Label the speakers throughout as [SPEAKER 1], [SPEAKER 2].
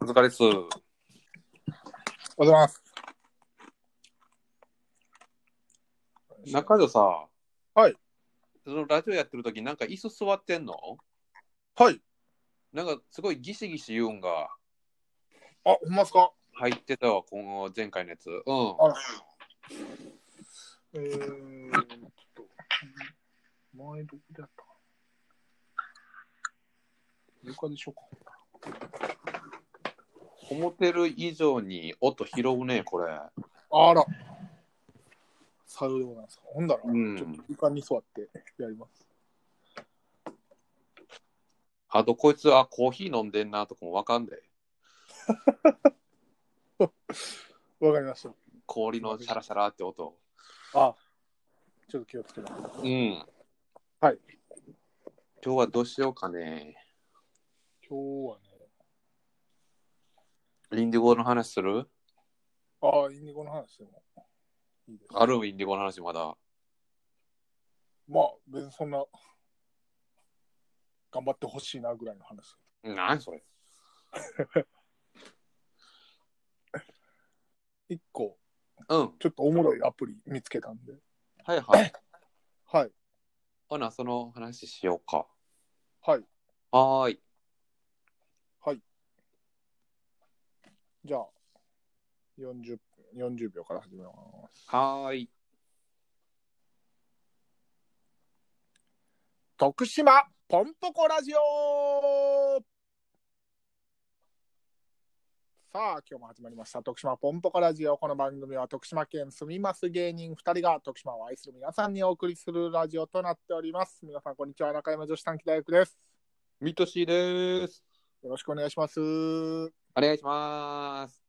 [SPEAKER 1] お疲れっす。
[SPEAKER 2] おはようございます。
[SPEAKER 1] 中条さ。
[SPEAKER 2] はい。
[SPEAKER 1] そのラジオやってる時なんか椅子座ってんの
[SPEAKER 2] はい。
[SPEAKER 1] なんかすごいギシギシ言うんが
[SPEAKER 2] あ、ほんまっすか
[SPEAKER 1] 入ってたわ、今後前回のやつ。うん。
[SPEAKER 2] あえーっと、前どこでやったかな床でしょう
[SPEAKER 1] 思ってる以上に音拾うね、これ。
[SPEAKER 2] か。あら。さようでございます。ほんだら、
[SPEAKER 1] うん
[SPEAKER 2] ちょっと床に座ってやります。
[SPEAKER 1] あとこいつ、あ、コーヒー飲んでんなとかもわかんで。
[SPEAKER 2] わかりました。
[SPEAKER 1] 氷のシャラシャラって音。
[SPEAKER 2] あ、ちょっと気をつけます。
[SPEAKER 1] うん。
[SPEAKER 2] はい。
[SPEAKER 1] 今日はどうしようかね。
[SPEAKER 2] 今日はね、
[SPEAKER 1] インディゴの話する
[SPEAKER 2] あインディゴの話でもいいです。
[SPEAKER 1] あるインディゴの話まだ。
[SPEAKER 2] まあ、別にそんな、頑張ってほしいなぐらいの話。
[SPEAKER 1] 何それ。
[SPEAKER 2] 一個、
[SPEAKER 1] うん。
[SPEAKER 2] ちょっとおもろいアプリ見つけたんで。
[SPEAKER 1] はいはい。
[SPEAKER 2] はい。
[SPEAKER 1] ほな、その話しようか。
[SPEAKER 2] はい。
[SPEAKER 1] はーい。
[SPEAKER 2] じゃあ、40, 40秒から始めます。
[SPEAKER 1] はーい。
[SPEAKER 2] 徳島ポンポコラジオさあ、今日も始まりました。徳島ポンポコラジオ。この番組は徳島県住みます芸人2人が徳島を愛する皆さんにお送りするラジオとなっております。皆さん、こんにちは。中山女子短期大学です。
[SPEAKER 1] ミトシーです。
[SPEAKER 2] よろしくお願いします。
[SPEAKER 1] お願いします。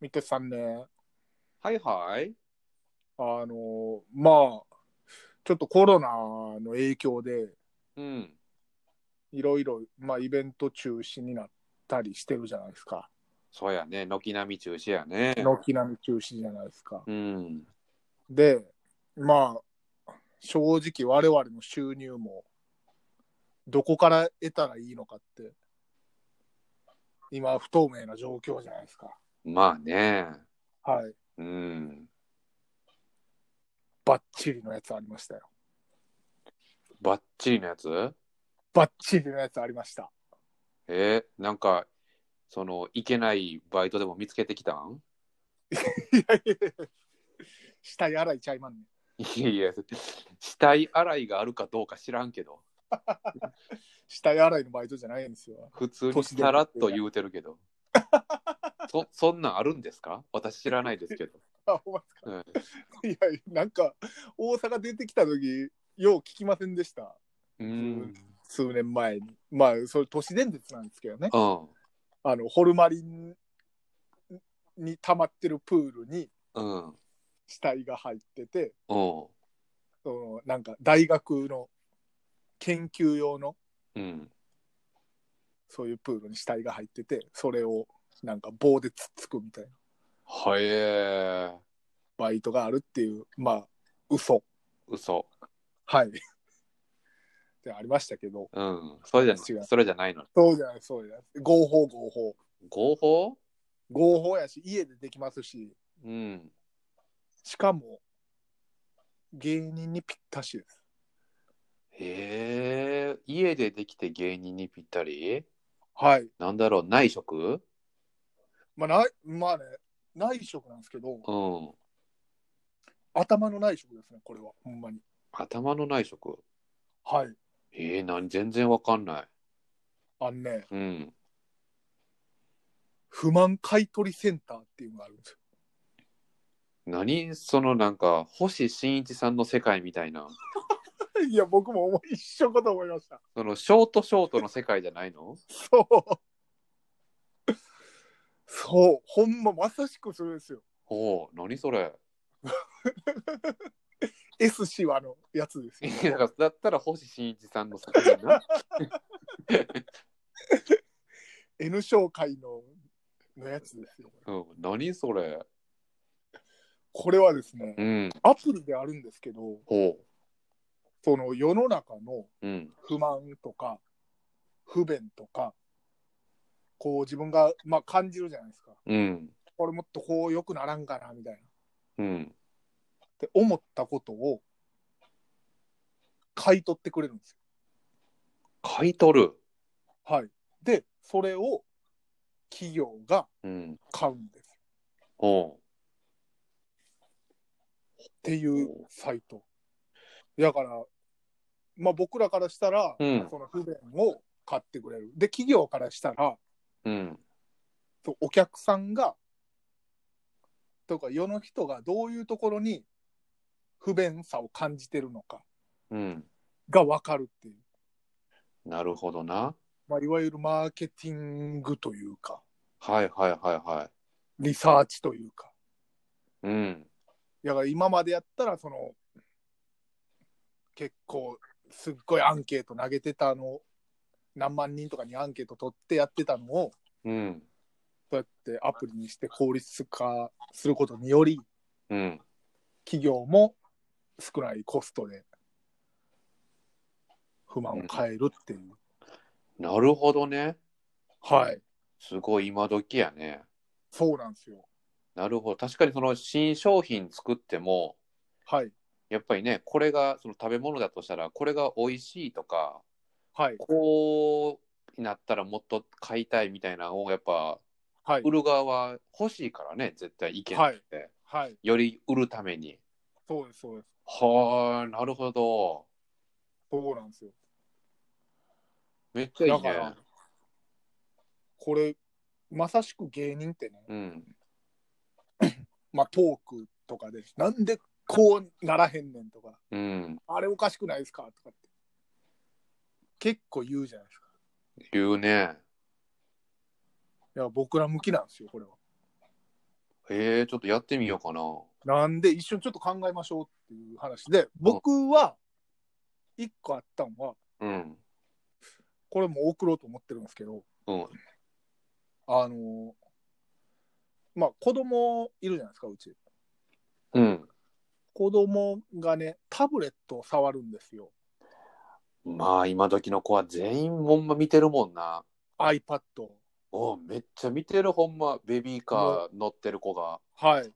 [SPEAKER 2] みてつさんね、
[SPEAKER 1] はいはい。
[SPEAKER 2] あの、まあ、ちょっとコロナの影響で、
[SPEAKER 1] うん。
[SPEAKER 2] いろいろ、まあ、イベント中止になったりしてるじゃないですか。
[SPEAKER 1] そうやね。軒並み中止やね。
[SPEAKER 2] 軒並み中止じゃないですか。
[SPEAKER 1] うん。
[SPEAKER 2] で、まあ、正直我々の収入も、どこから得たらいいのかって、今、不透明な状況じゃないですか。
[SPEAKER 1] まあね。
[SPEAKER 2] はい。
[SPEAKER 1] うん。
[SPEAKER 2] バッチリのやつありましたよ。
[SPEAKER 1] ばっちりのやつ
[SPEAKER 2] バッチリのやつありました。
[SPEAKER 1] えーなんか、その、いけないバイトでも見つけてきたん
[SPEAKER 2] いやいやいや下やらいちゃいまんね。
[SPEAKER 1] いやいや、死体洗いがあるかどうか知らんけど、
[SPEAKER 2] 下やらいのバイトじゃないんですよ。
[SPEAKER 1] 普通にさらっと言うてるけ ど。そそんなんあるんですか私知らないですけど。
[SPEAKER 2] あ、お前
[SPEAKER 1] うん、
[SPEAKER 2] いや、なんか、大阪出てきた時よう聞きませんでした。
[SPEAKER 1] うん。
[SPEAKER 2] 数年前に。まあ、それ都市伝説なんですけどね。
[SPEAKER 1] うん。
[SPEAKER 2] あの、ホルマリンに溜まってるプールに
[SPEAKER 1] うん。
[SPEAKER 2] 死体が入ってて、
[SPEAKER 1] うん。
[SPEAKER 2] その、なんか、大学の研究用の、
[SPEAKER 1] うん。
[SPEAKER 2] そういうプールに死体が入ってて、それを、なんか棒でつっつくみたいな
[SPEAKER 1] はえー。
[SPEAKER 2] バイトがあるっていう、まあ、嘘。
[SPEAKER 1] 嘘。
[SPEAKER 2] はい。 ってありましたけど、
[SPEAKER 1] うん。それじ
[SPEAKER 2] 違
[SPEAKER 1] ゃ、
[SPEAKER 2] う
[SPEAKER 1] それじゃないの。
[SPEAKER 2] そうじゃない、そうじゃない。合法合法。
[SPEAKER 1] 合法
[SPEAKER 2] 合法やし、家でできますし、
[SPEAKER 1] うん。
[SPEAKER 2] しかも、芸人にぴったしです。
[SPEAKER 1] へえ。家でできて芸人にぴったり
[SPEAKER 2] はい。
[SPEAKER 1] なんだろう、内職
[SPEAKER 2] まあ、ない、まあね、内職なんですけど、
[SPEAKER 1] うん。
[SPEAKER 2] 頭の内職ですね、これは、ほんまに。
[SPEAKER 1] 頭の内職
[SPEAKER 2] はい。
[SPEAKER 1] えー、何全然わかんない。
[SPEAKER 2] あのね、
[SPEAKER 1] うん。
[SPEAKER 2] 不満買取センターっていうのがあるんですよ。
[SPEAKER 1] 何そのなんか、星新一さんの世界みたいな。
[SPEAKER 2] いや、僕も思い一緒かと思いました。
[SPEAKER 1] その、ショートショートの世界じゃないの
[SPEAKER 2] そう。そう、ほんままさしくそれですよ。
[SPEAKER 1] おお何それ。
[SPEAKER 2] S 氏はあのやつです
[SPEAKER 1] い
[SPEAKER 2] よ。
[SPEAKER 1] やだからだったら星新一さんの世界な。
[SPEAKER 2] N 商会ののやつですよ。
[SPEAKER 1] うん。何それ。
[SPEAKER 2] これはですね、
[SPEAKER 1] うん。
[SPEAKER 2] アプリであるんですけど、
[SPEAKER 1] ほ
[SPEAKER 2] その世の中の
[SPEAKER 1] う。うん。
[SPEAKER 2] 不満とか、不便とか、こう自分が、まあ、感じるじゃないですか。
[SPEAKER 1] うん。
[SPEAKER 2] これもっとこう良くならんかなみたいな。っ
[SPEAKER 1] うん。
[SPEAKER 2] て思ったことを買い取ってくれるんです
[SPEAKER 1] 買い取る。
[SPEAKER 2] よ。はい。で、それを企業が
[SPEAKER 1] うん。
[SPEAKER 2] 買うんです。
[SPEAKER 1] おう
[SPEAKER 2] っていうサイト。だから、まあ、僕らからしたら、
[SPEAKER 1] うん
[SPEAKER 2] その不便を買ってくれる。で、企業からしたら、
[SPEAKER 1] うん。
[SPEAKER 2] そうお客さんが、とか世の人がどういうところに不便さを感じてるのか
[SPEAKER 1] うん。
[SPEAKER 2] が分かるっていう、
[SPEAKER 1] なるほどな。
[SPEAKER 2] まあ、いわゆるマーケティングというか、
[SPEAKER 1] はいはいはいは
[SPEAKER 2] リサーチというか。
[SPEAKER 1] い。うん。
[SPEAKER 2] だから今までやったら、その、結構、すっごいアンケート投げてたの、何万人とかにアンケート取ってやってたのを、
[SPEAKER 1] うん。
[SPEAKER 2] そうやってアプリにして効率化することにより、
[SPEAKER 1] うん。
[SPEAKER 2] 企業も少ないコストで不満を変えるっていう。
[SPEAKER 1] なるほどね。
[SPEAKER 2] はい。
[SPEAKER 1] すごい今時やね。
[SPEAKER 2] そうなんですよ。
[SPEAKER 1] なるほど。確かにその新商品作っても、
[SPEAKER 2] はい。
[SPEAKER 1] やっぱりね、これがその食べ物だとしたら、これが美味しいとか、
[SPEAKER 2] はい。
[SPEAKER 1] こうなったらもっと買いたいみたいなのをやっぱ
[SPEAKER 2] はい
[SPEAKER 1] 売。る側は欲しいからね絶対意見って、
[SPEAKER 2] はい。
[SPEAKER 1] より売るために
[SPEAKER 2] そうです、そうです。
[SPEAKER 1] はあなるほど
[SPEAKER 2] そうなんですよ。
[SPEAKER 1] めっちゃい
[SPEAKER 2] だ
[SPEAKER 1] い
[SPEAKER 2] か
[SPEAKER 1] ね
[SPEAKER 2] ら、これ、まさしく芸人ってね、
[SPEAKER 1] うん
[SPEAKER 2] まあトークとかで、なんでこうならへんねんとか、
[SPEAKER 1] うん
[SPEAKER 2] あれおかしくないですかとかって、結構言うじゃないですか。
[SPEAKER 1] 言うね
[SPEAKER 2] いや、僕ら向きなんですよ、これは。
[SPEAKER 1] へえちょっとやってみようかな
[SPEAKER 2] なんで一緒にちょっと考えましょうっていう話で、僕は一個あったのは、
[SPEAKER 1] うん
[SPEAKER 2] これもう送ろうと思ってるんですけど、
[SPEAKER 1] うん
[SPEAKER 2] あの、まあ子供いるじゃないですか、うち。
[SPEAKER 1] うん
[SPEAKER 2] 子供がね、タブレットを触るんですよ。
[SPEAKER 1] まあ今時の子は全員ほんま見てるもんな
[SPEAKER 2] iPad を。
[SPEAKER 1] おめっちゃ見てるほんまベビーカー乗ってる子が、
[SPEAKER 2] はい。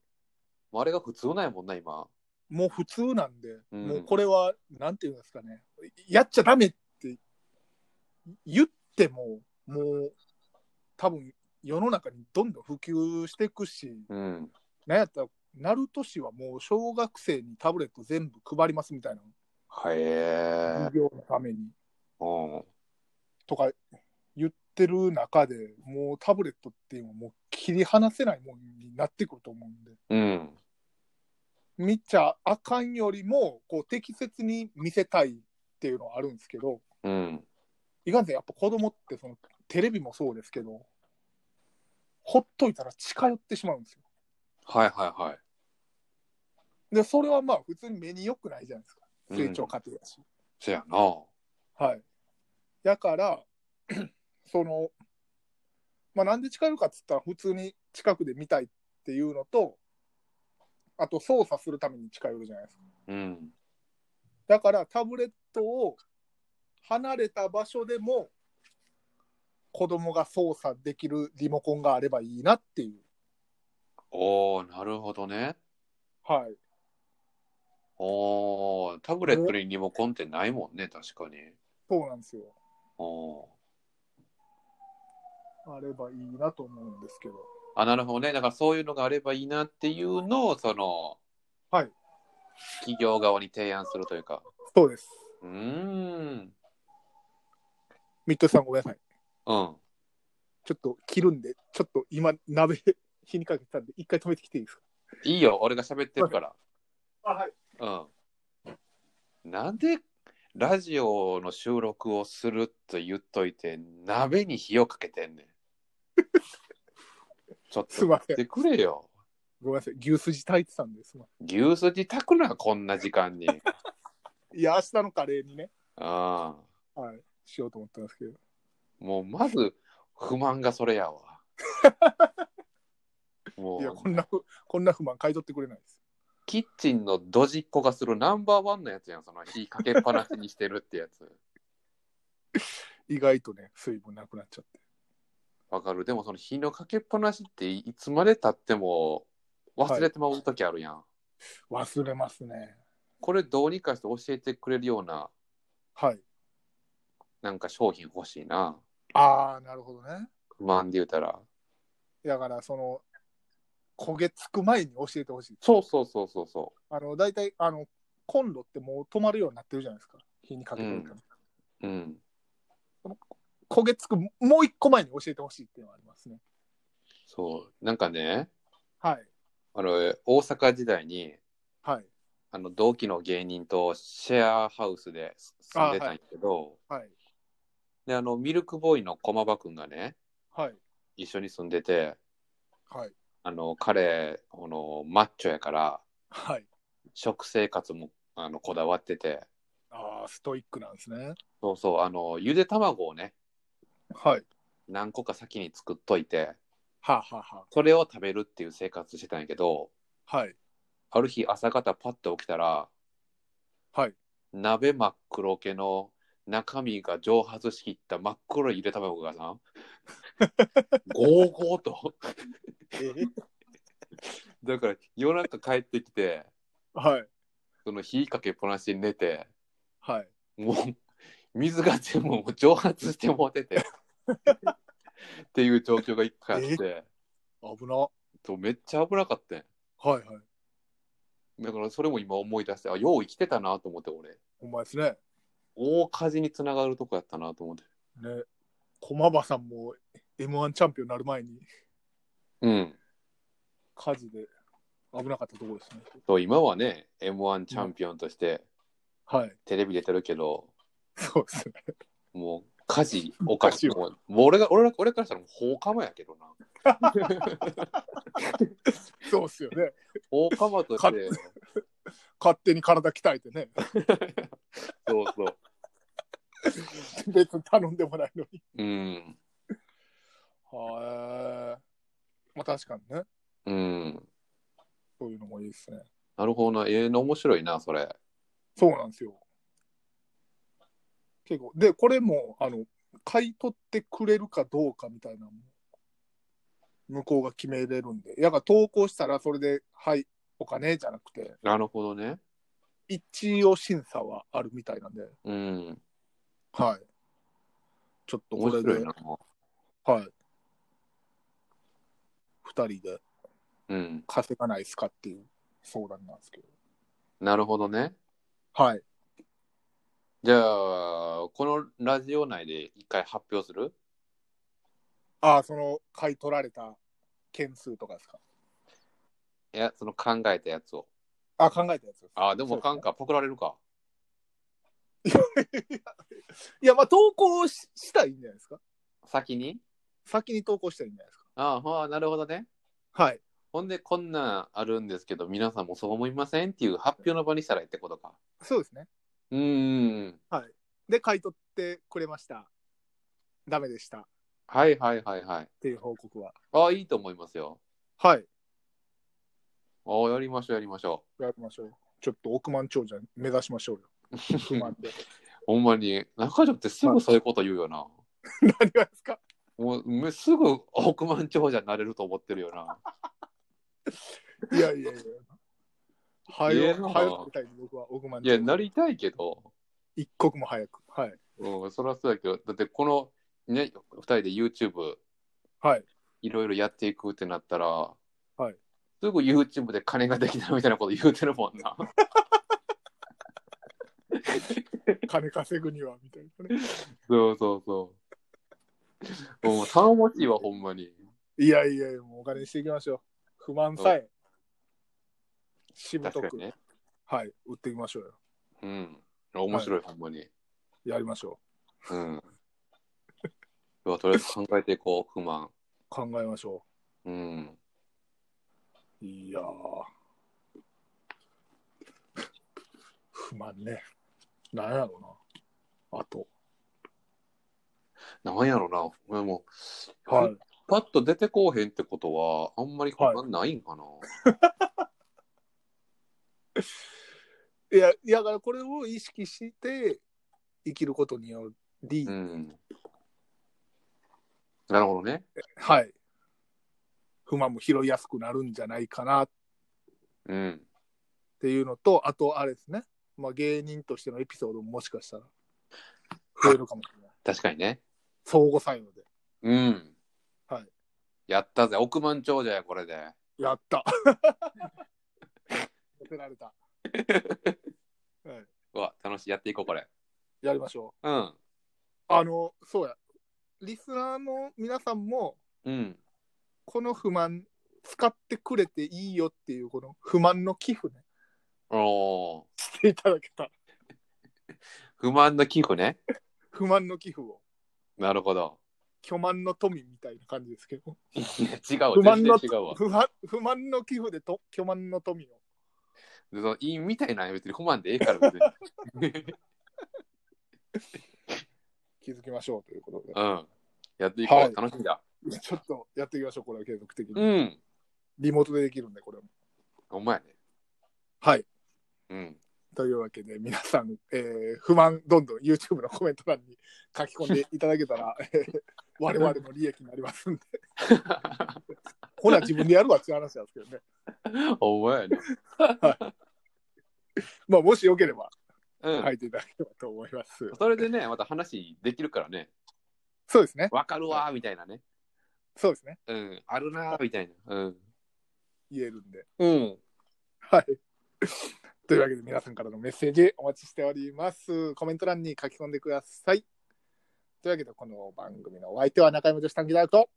[SPEAKER 1] あれが普通なんやもんな今
[SPEAKER 2] もう普通なんで、
[SPEAKER 1] うん
[SPEAKER 2] もうこれは、なんていうんですかね、やっちゃダメって言っても、もう多分世の中にどんどん普及していくし、
[SPEAKER 1] うん
[SPEAKER 2] なんやったら、ナルト市はもう小学生にタブレット全部配りますみたいな、
[SPEAKER 1] へえ
[SPEAKER 2] 授業のために
[SPEAKER 1] うん
[SPEAKER 2] とか言ってる中で、もうタブレットっていうのはもう切り離せないもんになってくると思うんで、
[SPEAKER 1] うん
[SPEAKER 2] 見ちゃあかんよりも、こう適切に見せたいっていうのはあるんですけど、
[SPEAKER 1] うん。
[SPEAKER 2] いかんせんやっぱ子供ってそのテレビもそうですけど、ほっといたら近寄ってしまうんですよ。
[SPEAKER 1] はいはいはい。
[SPEAKER 2] で、それはまあ普通に目に良くないじゃないですか。成長過程だし。
[SPEAKER 1] せやな。
[SPEAKER 2] はい。だから、 その、まあ、なんで近寄るかっつったら、普通に近くで見たいっていうのと、あと操作するために近寄るじゃないですか。
[SPEAKER 1] うん。
[SPEAKER 2] だから、タブレットを離れた場所でも、子供が操作できるリモコンがあればいいなっていう。
[SPEAKER 1] おー、なるほどね。
[SPEAKER 2] はい。
[SPEAKER 1] おー、タブレットにリモコンってないもんね、確かに。
[SPEAKER 2] そうなんですよ。
[SPEAKER 1] おー。
[SPEAKER 2] あればいいなと思うんですけど。
[SPEAKER 1] あ、なるほどね。だからそういうのがあればいいなっていうのを、その、
[SPEAKER 2] はい。
[SPEAKER 1] 企業側に提案するというか。
[SPEAKER 2] そうです。
[SPEAKER 1] うーん。
[SPEAKER 2] ミッドさんごめんなさい。
[SPEAKER 1] うん。
[SPEAKER 2] ちょっと切るんで、ちょっと今、鍋、 火にかけてたんで、一回止めてきていいですか
[SPEAKER 1] いいよ、俺が喋ってるから。
[SPEAKER 2] あ、はい。
[SPEAKER 1] うん。なんで、ラジオの収録をすると言っといて、鍋に火をかけてんねん。 ちょっ
[SPEAKER 2] すい
[SPEAKER 1] と
[SPEAKER 2] ませ
[SPEAKER 1] 待
[SPEAKER 2] ん
[SPEAKER 1] っ。てくれよ。
[SPEAKER 2] ごめんなさい。牛すじ炊いてたんです。
[SPEAKER 1] 牛すじ炊くな、こんな時間に。
[SPEAKER 2] いや、明日のカレーにね、
[SPEAKER 1] ああ。
[SPEAKER 2] はい、しようと思ったんですけど。
[SPEAKER 1] もう、まず、不満がそれやわ。も
[SPEAKER 2] いや、
[SPEAKER 1] う
[SPEAKER 2] こんなふ、こんな不満買い取ってくれないです。
[SPEAKER 1] キッチンのドジっ子がするナンバーワンのやつやん、その火かけっぱなしにしてるってやつ。
[SPEAKER 2] 意外とね、水分なくなっちゃって。
[SPEAKER 1] わかる。でもその火のかけっぱなしっていつまで経っても忘れてまう時あるやん。
[SPEAKER 2] 忘れますね。
[SPEAKER 1] これどうにかして教えてくれるような
[SPEAKER 2] はい。
[SPEAKER 1] なんか商品欲しいな。
[SPEAKER 2] ああ、なるほどね。
[SPEAKER 1] 不満で言うたら。
[SPEAKER 2] だから、その、焦げつく前に教えてほしい。
[SPEAKER 1] そうそうそうそうそ
[SPEAKER 2] あの、大体、あの、コンロってもう止まるようになってるじゃないですか。火にかけてるから。
[SPEAKER 1] う。うん。
[SPEAKER 2] 焦げつく、もう一個前に教えてほしいっていうのはありますね。
[SPEAKER 1] そう。なんかね、
[SPEAKER 2] はい。
[SPEAKER 1] あの、大阪時代に、
[SPEAKER 2] はい。
[SPEAKER 1] あの、同期の芸人とシェアハウスで住んでたんやけど、
[SPEAKER 2] はい。
[SPEAKER 1] で、あの、ミルクボーイの駒場くんがね、
[SPEAKER 2] はい。
[SPEAKER 1] 一緒に住んでて、
[SPEAKER 2] はい。
[SPEAKER 1] あの、彼、この、マッチョやから、
[SPEAKER 2] はい。
[SPEAKER 1] 食生活も、あの、こだわってて、
[SPEAKER 2] ああ、ストイックなんですね。
[SPEAKER 1] そうそう、あの、ゆで卵をね、
[SPEAKER 2] はい。
[SPEAKER 1] 何個か先に作っといて、
[SPEAKER 2] はあ、はあは
[SPEAKER 1] それを食べるっていう生活してたんやけど、
[SPEAKER 2] あ、はい。
[SPEAKER 1] ある日朝方パッと起きたら、
[SPEAKER 2] はい。
[SPEAKER 1] 鍋真っ黒系の中身が蒸発しきった真っ黒いゆで卵がさ、ゴーゴーと。だから夜中帰ってきて、
[SPEAKER 2] はい。
[SPEAKER 1] その火かけっぱなしに寝て、
[SPEAKER 2] はい。
[SPEAKER 1] もう水が全部もう蒸発してもうてて。っていう状況が一回あって、
[SPEAKER 2] 危な。は
[SPEAKER 1] とめっちゃ危なかったん
[SPEAKER 2] いはい。
[SPEAKER 1] だからそれも今思い出して、あ、よう生きてたなと思って俺。
[SPEAKER 2] ほんまですね。
[SPEAKER 1] 大火事につながるとこやったなと思って。
[SPEAKER 2] ね。駒場さんも M1 チャンピオンになる前に
[SPEAKER 1] うん。
[SPEAKER 2] 火事で危なかったところですね。
[SPEAKER 1] そう今はね、M1 チャンピオンとして
[SPEAKER 2] はい。
[SPEAKER 1] テレビ出てるけど、
[SPEAKER 2] そうですね。
[SPEAKER 1] もう火事、おかしい。
[SPEAKER 2] おか
[SPEAKER 1] も
[SPEAKER 2] しい
[SPEAKER 1] うもう俺が俺ら俺からしたらもう放火魔やけどな。
[SPEAKER 2] そうっすよね。
[SPEAKER 1] 放火魔とし
[SPEAKER 2] か
[SPEAKER 1] て、
[SPEAKER 2] 勝手に体鍛えてね。
[SPEAKER 1] そうそう。
[SPEAKER 2] 別に頼んでもないのに。
[SPEAKER 1] うん。
[SPEAKER 2] はい。まあ確かにね。
[SPEAKER 1] うん。
[SPEAKER 2] そういうのもいいですね。
[SPEAKER 1] なるほどな。ええの面白いな、それ。
[SPEAKER 2] そうなんですよ。結構。で、これも、あの、買い取ってくれるかどうかみたいなのも向こうが決めれるんで。やっぱ投稿したらそれで、はい、お金じゃなくて、
[SPEAKER 1] なるほどね。
[SPEAKER 2] 一応審査はあるみたいなんで、
[SPEAKER 1] うん。
[SPEAKER 2] はい。ちょっとこ
[SPEAKER 1] 面
[SPEAKER 2] れ
[SPEAKER 1] 白い
[SPEAKER 2] で、
[SPEAKER 1] な。
[SPEAKER 2] はい。二人で
[SPEAKER 1] うん。
[SPEAKER 2] 稼がないですかっていう相談なんですけど。
[SPEAKER 1] なるほどね。
[SPEAKER 2] はい。
[SPEAKER 1] じゃあ、このラジオ内で一回発表する
[SPEAKER 2] ああ、その、買い取られた件数とかですか。
[SPEAKER 1] いや、その考えたやつを。
[SPEAKER 2] あ、考えたやつです。
[SPEAKER 1] ああ、でもあかんか、パクられるか。
[SPEAKER 2] いや、まあ、投稿ししたらいいんじゃないですか。
[SPEAKER 1] 先に
[SPEAKER 2] 先に投稿したらいいんじゃないです
[SPEAKER 1] ああ、はあ、なるほどね。
[SPEAKER 2] か。はい。
[SPEAKER 1] ほんで、こんなんあるんですけど、皆さんもそう思いませんっていう発表の場にしたらいいってことか。
[SPEAKER 2] そうですね。
[SPEAKER 1] うーん。
[SPEAKER 2] で、買い取ってくれました。ダメでした。っ
[SPEAKER 1] はいはいはいはい。
[SPEAKER 2] ていう報告は。
[SPEAKER 1] ああ、いいと思いますよ。
[SPEAKER 2] はい。
[SPEAKER 1] ああ、やりましょうやりましょ
[SPEAKER 2] やりましょう。ちょっと億万長者目指しましょうよ。不満で。
[SPEAKER 1] う。ほんまに、中条ってすぐそういうこと言うよな。
[SPEAKER 2] 何がですか
[SPEAKER 1] もうむすぐ億万長者になれると思ってるよな。
[SPEAKER 2] いやいやいや。はい
[SPEAKER 1] や
[SPEAKER 2] よ、
[SPEAKER 1] な
[SPEAKER 2] はよ、みたいに僕は億万
[SPEAKER 1] いや、な
[SPEAKER 2] り。
[SPEAKER 1] りたいけど、
[SPEAKER 2] 一刻も早く。はい。
[SPEAKER 1] うん、そりゃそうだけど、だってこの、ね、2人で YouTube
[SPEAKER 2] はい。
[SPEAKER 1] いろいろやっていくってなったら、
[SPEAKER 2] はい
[SPEAKER 1] すぐ YouTube で金ができたみたいなこと言うてるもんな。
[SPEAKER 2] 金稼ぐには、みたいなね。
[SPEAKER 1] そうそうそう。もう頼もしいわ、ほんまに。
[SPEAKER 2] いやいやいや、もうお金にしていきましょう。不満さえ、しぶと
[SPEAKER 1] 確か
[SPEAKER 2] く、
[SPEAKER 1] にね。
[SPEAKER 2] はい、売っていきましょうよ。
[SPEAKER 1] うん。面白い、ほんまに。
[SPEAKER 2] やりましょう。
[SPEAKER 1] うん。 ではとりあえず考えていこう、不満。
[SPEAKER 2] 考えましょ
[SPEAKER 1] うん。
[SPEAKER 2] う。いやー。不満ね。なんやろうな。あと。
[SPEAKER 1] なんやろな、もう、
[SPEAKER 2] はい。
[SPEAKER 1] パッと出てこうへんってことは、あんまり不満ないんかな。
[SPEAKER 2] いや、いやだからこれを意識して生きることにより、
[SPEAKER 1] うん。なるほどね。
[SPEAKER 2] はい。不満も拾いやすくなるんじゃないかなっ
[SPEAKER 1] うん。
[SPEAKER 2] ていうのと、あと、あれですね。まあ、芸人としてのエピソードももしかしたら増えるかもし れない。
[SPEAKER 1] 確かにね。
[SPEAKER 2] 相互作用で。
[SPEAKER 1] うん。
[SPEAKER 2] はい。
[SPEAKER 1] やったぜ。億万長者や、これで。
[SPEAKER 2] やった。 寄せられた。は
[SPEAKER 1] うわ、楽しい。やっていこう、これ。
[SPEAKER 2] い。やりましょ
[SPEAKER 1] うん。
[SPEAKER 2] う。あの、そうや。リスナーの皆さんも、
[SPEAKER 1] うん。
[SPEAKER 2] この不満、使ってくれていいよっていう、この不満の寄付ね、
[SPEAKER 1] おー。
[SPEAKER 2] していただけたら。
[SPEAKER 1] 不満の寄付ね。
[SPEAKER 2] 不満の寄付を。
[SPEAKER 1] なるほど。
[SPEAKER 2] 巨万の富みたいな感じですけど。
[SPEAKER 1] いや違う
[SPEAKER 2] 不
[SPEAKER 1] わ。
[SPEAKER 2] 満
[SPEAKER 1] 全
[SPEAKER 2] の
[SPEAKER 1] 然違うわ。
[SPEAKER 2] 不満不満の寄付でと巨万の富を。
[SPEAKER 1] でそのいいみたいなんや別に不満でええから、別に。
[SPEAKER 2] 気づきましょうということ
[SPEAKER 1] うん。やっていこう。
[SPEAKER 2] はい
[SPEAKER 1] 楽しみだ。
[SPEAKER 2] で。ちょっとやっていきましょう、これは継続的に。
[SPEAKER 1] うん。
[SPEAKER 2] リモートでできるんで、これも。
[SPEAKER 1] お前ね。
[SPEAKER 2] はい。
[SPEAKER 1] うん。
[SPEAKER 2] というわけで、皆さん、えー不満、どんどん YouTube のコメント欄に書き込んでいただけたら、えー我々の利益になりますんで、ほら、自分でやるわっていう話なんですけどね。
[SPEAKER 1] お前やね。
[SPEAKER 2] まあ、もしよければ、
[SPEAKER 1] うん。
[SPEAKER 2] 書いていただければと思います。
[SPEAKER 1] それでね、また話できるからね。
[SPEAKER 2] そうですね。
[SPEAKER 1] わかるわーみたいなね。
[SPEAKER 2] そうですね。
[SPEAKER 1] うん。あるなーみたいな。うん。
[SPEAKER 2] 言えるんで。
[SPEAKER 1] うん。
[SPEAKER 2] はい。 というわけで、皆さんからのメッセージお待ちしております。コメント欄に書き込んでください。というわけで、この番組のお相手は中山女子短期大学と、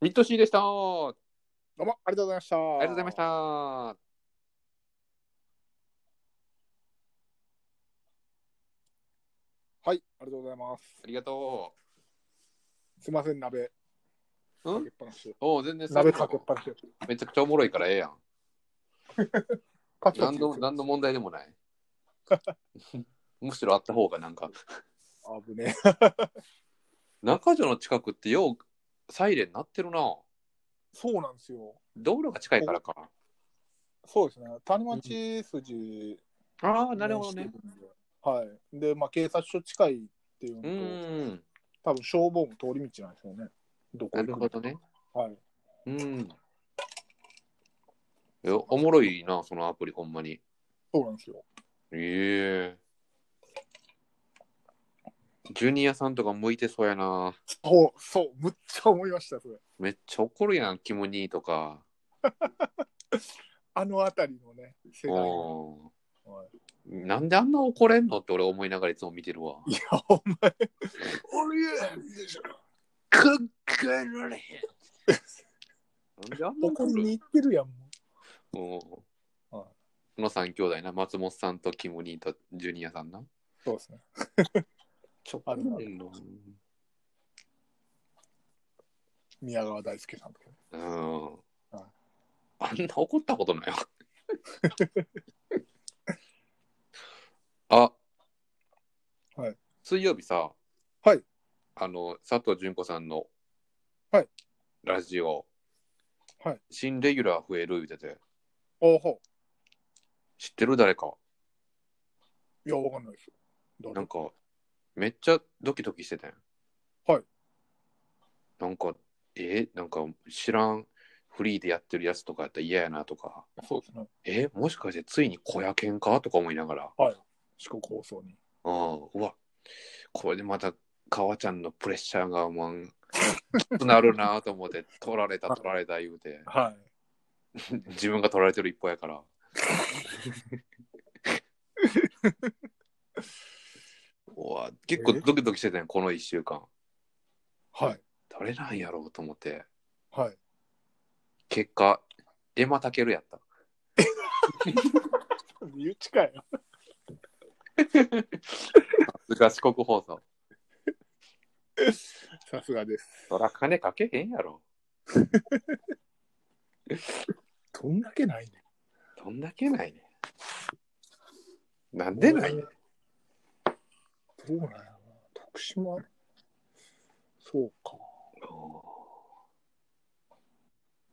[SPEAKER 1] ミッドシーでしたー。あ
[SPEAKER 2] どうもありがとうございました。あ
[SPEAKER 1] りがとうございました。ー。
[SPEAKER 2] はい、ありがとうございます。
[SPEAKER 1] ありがと
[SPEAKER 2] すいません、鍋。
[SPEAKER 1] う。う
[SPEAKER 2] か
[SPEAKER 1] ん
[SPEAKER 2] けっぱなし
[SPEAKER 1] おう全然
[SPEAKER 2] 鍋かけっぱなし。
[SPEAKER 1] めちゃくちゃおもろいからええやん。
[SPEAKER 2] かけっぱな
[SPEAKER 1] 何
[SPEAKER 2] し
[SPEAKER 1] の何の問題でもない。 むしろあった方がなんか。
[SPEAKER 2] 危ねえ。
[SPEAKER 1] 中条の近くってようサイレン鳴ってるな。
[SPEAKER 2] そうなんですよ。
[SPEAKER 1] 道路が近いからか。
[SPEAKER 2] そうですね。谷町筋、
[SPEAKER 1] ああ、なるほどね。。
[SPEAKER 2] はい。で、まあ、警察署近いっていうの
[SPEAKER 1] う
[SPEAKER 2] と、
[SPEAKER 1] ーん。
[SPEAKER 2] 多分消防も通り道なんですよね。どこ
[SPEAKER 1] な
[SPEAKER 2] 行く
[SPEAKER 1] るほどね。
[SPEAKER 2] はい。
[SPEAKER 1] うん。えおもろいな、そのアプリ、ほんまに。
[SPEAKER 2] そうなんですよ。
[SPEAKER 1] ええジュニアさんとか向いてそうやな。
[SPEAKER 2] そう、そう、むっちゃ思いました、それ。
[SPEAKER 1] めっちゃ怒るやん、キモニーとか。
[SPEAKER 2] あの辺りのね、世代の。
[SPEAKER 1] お
[SPEAKER 2] はい
[SPEAKER 1] なんであんな怒れんのって俺思いながらいつも見てるわ。
[SPEAKER 2] いや、お前、俺やるでしょ。
[SPEAKER 1] 考えられへん。なんであんな
[SPEAKER 2] 怒
[SPEAKER 1] 怒
[SPEAKER 2] り
[SPEAKER 1] る
[SPEAKER 2] に行ってるやん、も
[SPEAKER 1] うん
[SPEAKER 2] は
[SPEAKER 1] この3兄弟な、松本さんとキムニーとジュニアさんな。
[SPEAKER 2] う。そうですね。
[SPEAKER 1] ちょ
[SPEAKER 2] あるな
[SPEAKER 1] う
[SPEAKER 2] 宮川大輔さんと
[SPEAKER 1] ん。
[SPEAKER 2] か。い
[SPEAKER 1] あんな怒ったことない わ。あ、
[SPEAKER 2] はい
[SPEAKER 1] 水曜日さ、
[SPEAKER 2] はい
[SPEAKER 1] あの、佐藤純子さんの、
[SPEAKER 2] はい
[SPEAKER 1] ラジオ、
[SPEAKER 2] はい
[SPEAKER 1] 新レギュラー増える言うてて、
[SPEAKER 2] おほ
[SPEAKER 1] 知ってる誰か。
[SPEAKER 2] う。いや、わかんないです。どう
[SPEAKER 1] な
[SPEAKER 2] ぞ
[SPEAKER 1] んか、めっちゃドキドキしてたやん。
[SPEAKER 2] はい。
[SPEAKER 1] なんか、えなんか知らんフリーでやってるやつとかやったら嫌やなとか、
[SPEAKER 2] そうですね。
[SPEAKER 1] えもしかしてついに小屋犬かとか思いながら、
[SPEAKER 2] 四国放送に。
[SPEAKER 1] ああ、うわ、これでまた、かわちゃんのプレッシャーがもう、きつなるなと思って、取られた、取られた言うて、
[SPEAKER 2] はい。
[SPEAKER 1] 自分が取られてる一方やから。うわ結構ドキドキしてたやん、この1週間。
[SPEAKER 2] はい。
[SPEAKER 1] 誰なんやろうと思って
[SPEAKER 2] はい。
[SPEAKER 1] 結果エマタケルやった
[SPEAKER 2] 身内かよ。
[SPEAKER 1] さすが四国放送
[SPEAKER 2] さすがです。
[SPEAKER 1] そら金かけへんやろ
[SPEAKER 2] どんだけないねん。
[SPEAKER 1] どんだけないねんなんでないねん
[SPEAKER 2] どうなんやろな。徳島。そうか。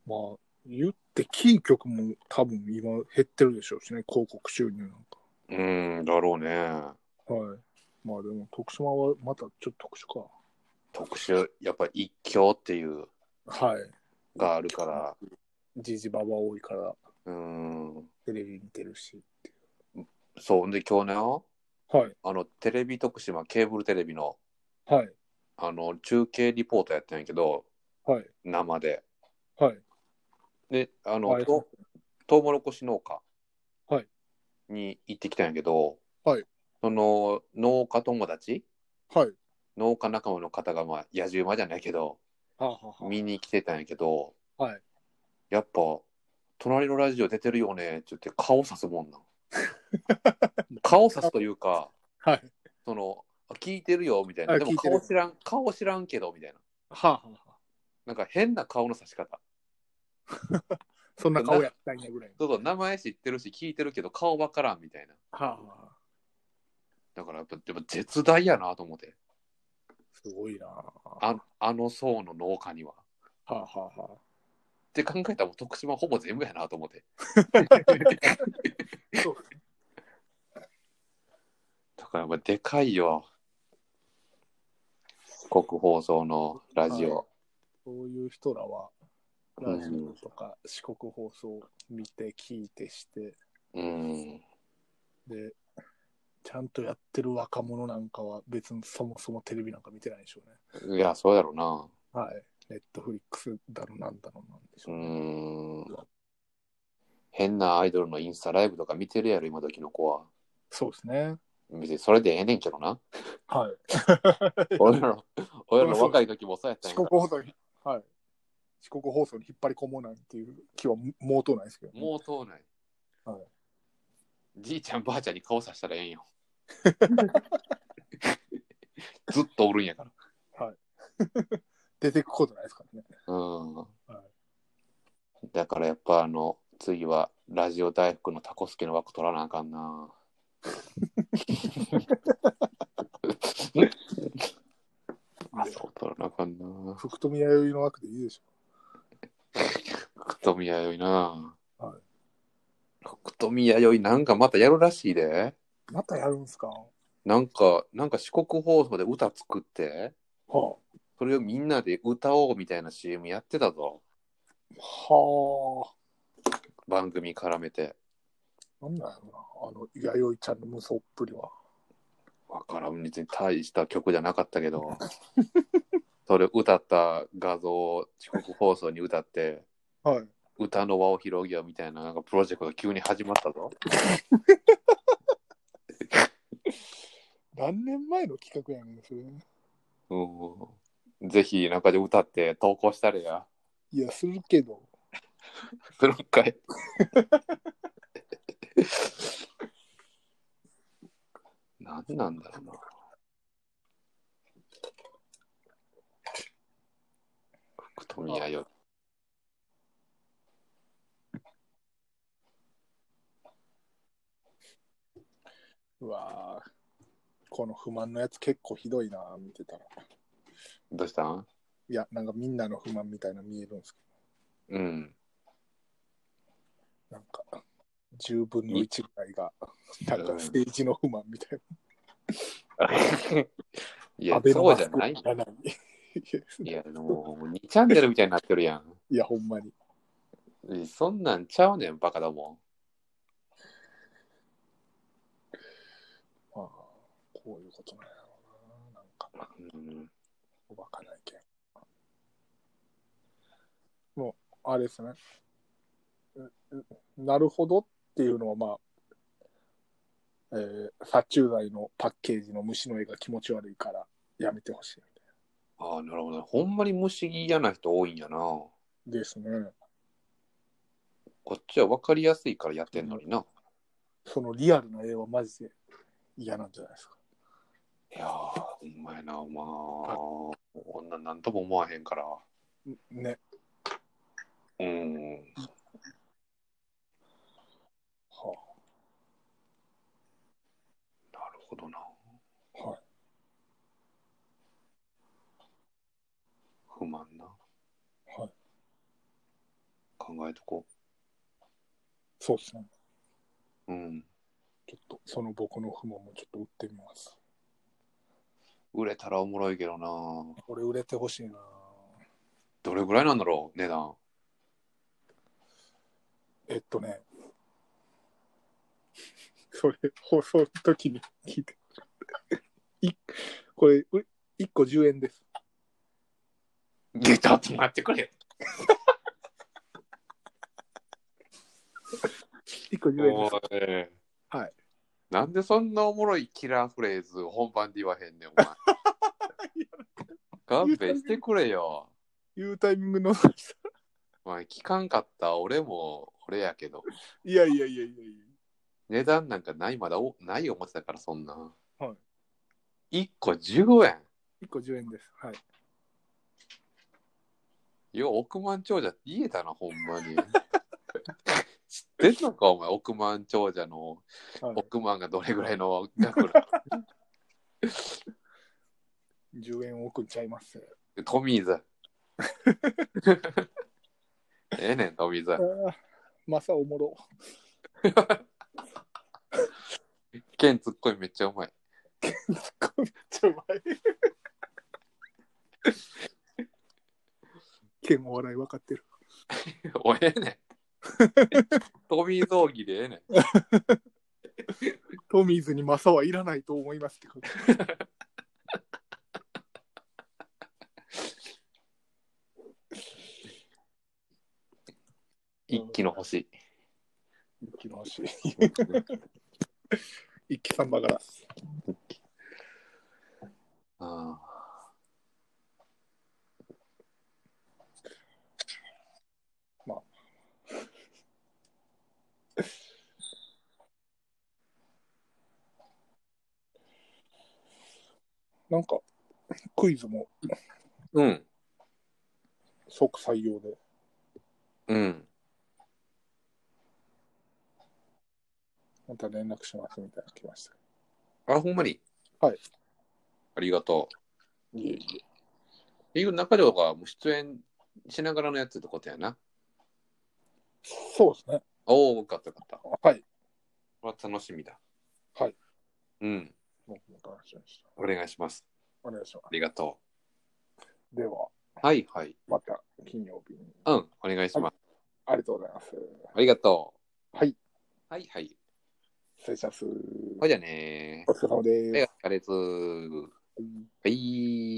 [SPEAKER 2] まあ、言ってキー局も多分今減ってるでしょうしね、広告収入なんか。
[SPEAKER 1] うーんだろうね
[SPEAKER 2] はい。まあでも徳島はまたちょっと特殊か。
[SPEAKER 1] 特殊、やっぱ一強っていう、
[SPEAKER 2] はい。
[SPEAKER 1] があるから、
[SPEAKER 2] じじばば多いから、
[SPEAKER 1] うん、
[SPEAKER 2] テレビ見てるし。
[SPEAKER 1] そう、で、今日ね、
[SPEAKER 2] はい。
[SPEAKER 1] あの、テレビ徳島、ケーブルテレビの、
[SPEAKER 2] はい。
[SPEAKER 1] あの、中継リポーターやってんやけど、
[SPEAKER 2] はい。
[SPEAKER 1] 生で。
[SPEAKER 2] はい。
[SPEAKER 1] で、あの、
[SPEAKER 2] はい
[SPEAKER 1] とトウモロコシ農家
[SPEAKER 2] はい
[SPEAKER 1] に行ってきたんやけど、
[SPEAKER 2] はい
[SPEAKER 1] その農家友達
[SPEAKER 2] はい。
[SPEAKER 1] 農家仲間の方が、まあ、野獣馬じゃないけど
[SPEAKER 2] はあ、はあは
[SPEAKER 1] 見に来てたんやけど、
[SPEAKER 2] はい
[SPEAKER 1] やっぱ「隣のラジオ出てるよね」って言って顔さすもん なん顔さすというか
[SPEAKER 2] あ、はい。
[SPEAKER 1] そのあ聞いてるよみたい
[SPEAKER 2] あ
[SPEAKER 1] なでも
[SPEAKER 2] 聞いてる
[SPEAKER 1] 顔知らん顔知らんけどみたいな
[SPEAKER 2] はあ、はあはあ、
[SPEAKER 1] なんか変な顔のさし方
[SPEAKER 2] そんな顔やったんやぐらいの。
[SPEAKER 1] そうそう名前知ってるし聞いてるけど顔わからんみたいな
[SPEAKER 2] はあ、はあ、
[SPEAKER 1] だからやっぱでも絶大やなと思って
[SPEAKER 2] すごいな。は
[SPEAKER 1] ああの層の農家には。
[SPEAKER 2] あ、はあ、は
[SPEAKER 1] って考えたらもう徳島ほぼ全部やなと思って。
[SPEAKER 2] あ。 そう
[SPEAKER 1] だからやっぱでかいよ。国放送のラジオ。
[SPEAKER 2] そういう人ら
[SPEAKER 1] うん
[SPEAKER 2] は、ラジオとか四国放送を見て、聞いてして、
[SPEAKER 1] うん。
[SPEAKER 2] で、ちゃんとやってる若者なんかは別にそもそもテレビなんか見てないでしょうね。
[SPEAKER 1] いや、そうだろうな。
[SPEAKER 2] はい。ネットフリックスだのなんだのなんでし
[SPEAKER 1] う
[SPEAKER 2] ょうね。
[SPEAKER 1] ん。変なアイドルのインスタライブとか見てるやろ、今時の子は。
[SPEAKER 2] そうですね。
[SPEAKER 1] 別にそれでええねんけど な。
[SPEAKER 2] はい。
[SPEAKER 1] 俺らの、俺らの若い時もそうやったん
[SPEAKER 2] 四
[SPEAKER 1] やか
[SPEAKER 2] 国
[SPEAKER 1] ら。
[SPEAKER 2] 放送に、はい。四国放送に引っ張り込もうなんていう気はもうとうないですけどね、
[SPEAKER 1] もう通ない。
[SPEAKER 2] はい
[SPEAKER 1] じいちゃんばあちゃんに顔さしたらええん よ。ずっとおるんやから。
[SPEAKER 2] 出てくことないですからね。
[SPEAKER 1] うん。
[SPEAKER 2] は
[SPEAKER 1] だからやっぱあの、次はラジオ大福のタコスケの枠取らなあかん な。あそう取らなあかんな。
[SPEAKER 2] 福富弥生の枠でいいでし
[SPEAKER 1] 福富弥生な。
[SPEAKER 2] はい
[SPEAKER 1] 福富弥生なんかまたやるらしいで。
[SPEAKER 2] ょ。またやるんすかは
[SPEAKER 1] なんか、なんか四国放送で歌作って、
[SPEAKER 2] あ。は
[SPEAKER 1] それをみんなで歌おうみたいな CM やってたぞ。番組絡めて。
[SPEAKER 2] あ。なんだろうな。あの、弥生ちゃんの無双っぷりは。
[SPEAKER 1] わからん、別に大した曲じゃなかったけど、それ歌った画像を四国放送に歌って、
[SPEAKER 2] はい。
[SPEAKER 1] 歌の輪を広げようみたいななんかプロジェクトが急に始まったぞ。
[SPEAKER 2] 何年前の企画やねん、それ。
[SPEAKER 1] うん、ぜひ中で歌って投稿したらや。
[SPEAKER 2] いや、するけど。
[SPEAKER 1] その回。何 なんだろうな。福富弥生。
[SPEAKER 2] うわぁ。この不満のやつ結構ひどいなぁ、見てたら。
[SPEAKER 1] どうしたん
[SPEAKER 2] いや、なんかみんなの不満みたいなの見えるんですけ
[SPEAKER 1] うん。
[SPEAKER 2] ど、なんか、10分の1ぐらいが、なんか政治の不満みたい
[SPEAKER 1] い
[SPEAKER 2] な。
[SPEAKER 1] や
[SPEAKER 2] 安、倍
[SPEAKER 1] そ
[SPEAKER 2] の
[SPEAKER 1] う
[SPEAKER 2] マ
[SPEAKER 1] じ
[SPEAKER 2] ス
[SPEAKER 1] ゃ
[SPEAKER 2] ク
[SPEAKER 1] ないい。
[SPEAKER 2] らない。
[SPEAKER 1] いや、もう2チャンネルみたいになってるやん。
[SPEAKER 2] いや、ほんまに。
[SPEAKER 1] えそんなんちゃうねん、バカだも
[SPEAKER 2] まあ、こういうことなんやろうな。なんか、
[SPEAKER 1] ん。うん、
[SPEAKER 2] わかんないけど。もう、あれですね。ううなるほどっていうのは、まあ、えー、殺虫剤のパッケージの虫の絵が気持ち悪いから、やめてほしい。
[SPEAKER 1] ああ、なるほどね。ほんまに虫嫌な人多いんやな。こ
[SPEAKER 2] ですね。
[SPEAKER 1] っちは分かりやすいからやってんのにな。
[SPEAKER 2] そのリアルな絵はマジで嫌なんじゃないですか。
[SPEAKER 1] いやー、ほんまやな、まあ、こんななんとも思わへんから。
[SPEAKER 2] ね。
[SPEAKER 1] うん。
[SPEAKER 2] は
[SPEAKER 1] なるほどな。
[SPEAKER 2] あ、はい。
[SPEAKER 1] 不満な。
[SPEAKER 2] はい。
[SPEAKER 1] 考えとこ
[SPEAKER 2] そうですね。
[SPEAKER 1] う。うん。
[SPEAKER 2] ちょっと、その僕の不満もちょっと売ってみます。
[SPEAKER 1] 売れたらおもろいけどな。
[SPEAKER 2] これ売れてほしいな。
[SPEAKER 1] どれぐらいなんだろう、値 段。
[SPEAKER 2] えっとね。それ、放送の時に聞いて。いこれ、う1個10円です。
[SPEAKER 1] ゲタって待ってくれ。
[SPEAKER 2] 1個10円です。
[SPEAKER 1] おい
[SPEAKER 2] はい。
[SPEAKER 1] なんでそんなおもろいキラーフレーズ本番で言わへんねん、お前。勘弁してくれよ。
[SPEAKER 2] いうタイミングのさ
[SPEAKER 1] お前、聞かんかった。俺も、俺やけど。
[SPEAKER 2] いやいやいやいやいや。
[SPEAKER 1] 値段なんかない、まだおない思ってたから、そんな。。
[SPEAKER 2] はい
[SPEAKER 1] 1個10円。
[SPEAKER 2] 1個10円です。はい。
[SPEAKER 1] よ、億万長者って言えたな、ほんまに。 知ってんのか、お前、億万長者の
[SPEAKER 2] はい
[SPEAKER 1] 億万がどれぐらいの額な
[SPEAKER 2] 10円送っちゃいます。
[SPEAKER 1] のトミーズ。ええねん、トミーズ
[SPEAKER 2] あ。あ、マサおもろ。
[SPEAKER 1] 剣ツッコミめっちゃうまい。
[SPEAKER 2] めっちゃうまい。剣お笑い分かってる。
[SPEAKER 1] おええねん。トミー雑技でええねん。
[SPEAKER 2] トミーズにマサはいらないと思いますって こと。
[SPEAKER 1] 一気の星。
[SPEAKER 2] 一気の星。 一気さんばから。
[SPEAKER 1] ああ
[SPEAKER 2] なんか、クイズも
[SPEAKER 1] うん。
[SPEAKER 2] 即採用で。
[SPEAKER 1] うん。
[SPEAKER 2] また連絡しますみたいなの来ました。
[SPEAKER 1] あ、ほんまに。
[SPEAKER 2] はい。
[SPEAKER 1] ありがと。
[SPEAKER 2] いえいう
[SPEAKER 1] いう中条がもう出演しながらのやつってことやな。
[SPEAKER 2] え。そうですね。
[SPEAKER 1] おお、よかったよかった。
[SPEAKER 2] はい。
[SPEAKER 1] これは楽しみだ。
[SPEAKER 2] はい。
[SPEAKER 1] うん。
[SPEAKER 2] 僕も楽しみにして
[SPEAKER 1] お願いします。
[SPEAKER 2] お願いしま
[SPEAKER 1] ありがと
[SPEAKER 2] す。では、
[SPEAKER 1] う。はいはい。
[SPEAKER 2] また金曜日に。
[SPEAKER 1] うん。お願いします。
[SPEAKER 2] ありがとうございます。
[SPEAKER 1] ありがとう。
[SPEAKER 2] はい。
[SPEAKER 1] はいはい。
[SPEAKER 2] 失礼します。
[SPEAKER 1] ほいじゃね
[SPEAKER 2] お疲れ様
[SPEAKER 1] ー。はい
[SPEAKER 2] で
[SPEAKER 1] お疲れっす。
[SPEAKER 2] す。
[SPEAKER 1] はい。